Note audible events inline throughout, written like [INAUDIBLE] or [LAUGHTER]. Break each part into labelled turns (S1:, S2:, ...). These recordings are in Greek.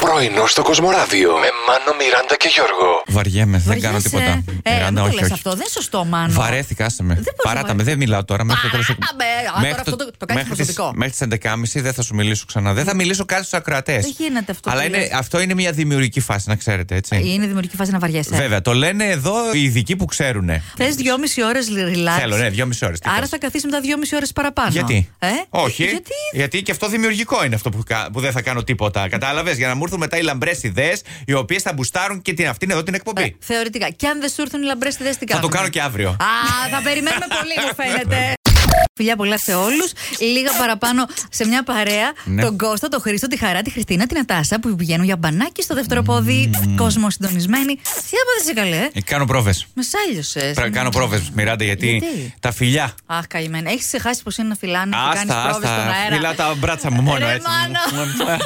S1: Πρωινό στο Κοσμοράδιο με Μάνο, Μιράντα και Γιώργο.
S2: Βαριέμαι, δεν κάνω
S3: Βαριέσαι.
S2: τίποτα.
S3: Ε,
S2: Μιράντα,
S3: μην το
S2: όχι,
S3: λες
S2: όχι.
S3: αυτό, δεν σωστό μάλλον.
S2: Βαρέθηκα, άσε με.
S3: μπορώ,
S2: Παράτα με,
S3: ε.
S2: δεν μιλάω τώρα. Μέχρι το τέλος-
S3: Παράτα με, α, τώρα αυτό το- το
S2: μέχρι
S3: κάνεις
S2: τις-
S3: προσωπικό. Ναι.
S2: Μέχρι τις 11.30 δεν θα σου μιλήσω ξανά. Δεν θα μιλήσω καν στους ακροατές.
S3: Δεν γίνεται αυτό
S2: Αλλά
S3: που
S2: είναι,
S3: λες.
S2: αυτό είναι μια δημιουργική φάση, να ξέρετε, έτσι.
S3: Είναι δημιουργική φάση να βαριέσαι.
S2: Βέβαια, το λένε εδώ οι ειδικοί που ξέρουν.
S3: Θες δυόμιση ώρες relax.
S2: Θέλω, ναι, δυόμιση ώρες.
S3: Άρα θα καθίσεις μετά δυόμιση ώρες παραπάνω.
S2: Γιατί?
S3: Ε?
S2: Όχι.
S3: Γιατί.
S2: και αυτό δημιουργικό είναι αυτό που, κα- που δεν θα κάνω τίποτα. Κατάλαβες. Για να μου έρθουν μετά οι λαμπρές ιδέες, οι οποίες θα μπουστάρουν και την αυτήν εδώ την εκπομπή.
S3: Ε, θεωρητικά. Και αν δεν σου έρθουν οι λαμπρές, δεν στην
S2: θα το κάνω και αύριο.
S3: Α, θα περιμένουμε πολύ, μου φαίνεται. Φιλιά πολλά σε όλους. Λίγα παραπάνω σε μια παρέα.
S2: Ναι.
S3: Τον Κώστα, τον Χρήστο, τη Χαρά, τη Χριστίνα, την Ατάσα που πηγαίνουν για μπανάκι στο δεύτερο πόδι. Κόσμο συντονισμένοι. Τι άπατε καλέ.
S2: Ε, Κάνω πρόβες.
S3: Με σάλιωσες.
S2: Πρέπει να κάνω πρόβες, Μιράντα, γιατί,
S3: Γιατί?
S2: τα φιλιά.
S3: Αχ, καημένη. Έχεις ξεχάσει πως είναι να φυλάνε και κάνεις πρόβες στον αέρα.
S2: Μιλά τα μπράτσα μου μόνο
S3: Ρε,
S2: έτσι. [LAUGHS]
S3: Μάνο.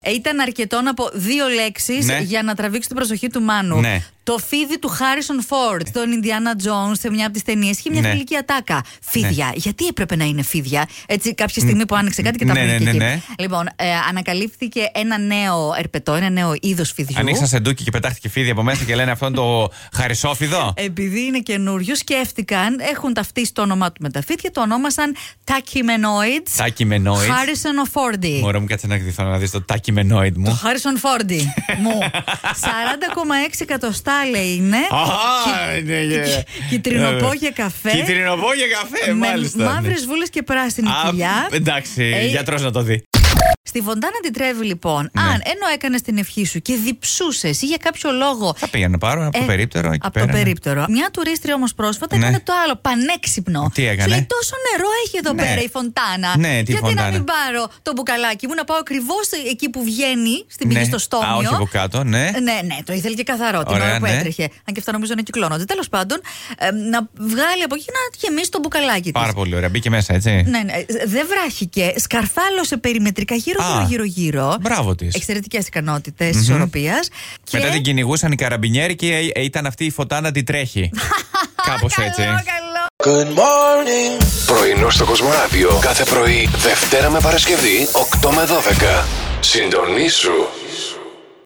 S3: Ε, ήταν αρκετό να πω δύο λέξεις
S2: Ναι.
S3: για να τραβήξει την προσοχή του Μάνου.
S2: Ναι.
S3: Το φίδι του Χάρισον Φόρτ, τον Ινδιάνα Τζόουν, σε μια από τις ταινίες, είχε μια
S2: Ναι.
S3: φιλική ατάκα. Φίδια. Γιατί έπρεπε να είναι φίδια, έτσι, κάποια στιγμή που άνοιξε κάτι και τα
S2: Ναι,
S3: βρήκε
S2: ναι, ναι,
S3: εκεί.
S2: ναι.
S3: Λοιπόν, ε, ανακαλύφθηκε ένα νέο ερπετό, ένα νέο είδος φιδιού.
S2: Ανοίξαν σεντούκι και πετάχτηκε φίδι από μέσα και λένε αυτό είναι το χαρισόφιδο.
S3: Επειδή είναι καινούριο, σκέφτηκαν, έχουν ταυτίσει το όνομά του με τα φίδια, το ονόμασαν Tachymenoids
S2: Τάκιμενόιτ.
S3: Harrison Fordy.
S2: Μωρό μου, κάτσε να εκδηθώ να δεις το τάκιμενόιτ
S3: Το
S2: μου.
S3: Χάρισον Φόρντι
S2: [LAUGHS]
S3: μου. 40,6 εκατοστά λέει ναι. είναι.
S2: Α, είναι γε.
S3: Κιτρινοπόγεια καφέ.
S2: Κιτρινοπόγεια ναι. καφέ, μάλιστα. ναι.
S3: μαύρες βούλες και πράσινη
S2: Α,
S3: κοιλιά. Ε,
S2: Εντάξει, γιατρός να το δει.
S3: Στη φοντάνα την τρέβει λοιπόν.
S2: Ναι.
S3: Αν ενώ έκανες την ευχή σου και διψούσες ή για κάποιο λόγο.
S2: Θα πήγα να πάρω από το
S3: Ε,
S2: περίπτερο εκεί
S3: από
S2: πέρα.
S3: το
S2: ναι.
S3: περίπτερο. Μια τουρίστρια όμως πρόσφατα
S2: Ναι.
S3: έκανε το άλλο, πανέξυπνο.
S2: Τι έκανε?
S3: Σου λέει τόσο νερό έχει εδώ
S2: Ναι.
S3: πέρα η φωντάνα.
S2: Ναι, τι
S3: Γιατί
S2: φωντάνα.
S3: να μην πάρω το μπουκαλάκι μου, να πάω ακριβώς εκεί που βγαίνει, στην πηγή
S2: Ναι.
S3: στο στόμιο.
S2: Α, όχι από κάτω, ναι.
S3: Ναι, ναι, το ήθελε και καθαρό την
S2: Ωραία,
S3: ώρα που
S2: ναι.
S3: έτρεχε. Αν και αυτά νομίζω να κυκλώνονται. Τέλος πάντων, ε, να βγάλει από εκεί και να γεμίσει το μπουκαλάκι τη.
S2: Πάρα πολύ ωραία. Μπήκε μέσα, έτσι.
S3: Ναι, ναι, ε, δεν βράχηκε. Σκαρφάλωσε περιμετρικά
S2: Α,
S3: γύρω-γύρω-γύρω-γύρω.
S2: Μπράβο της.
S3: Εξαιρετικές ικανότητες ισορροπία.
S2: Μετά την κυνηγούσαν οι καραμπινιέροι και ε, ε, ήταν αυτή η φωτάνα τη τρέχει. Κάπως έτσι.
S1: Πρωινό στο Κοσμοράδιο κάθε πρωί, Δευτέρα με Παρασκευή, 8 με 12. Συντονίσου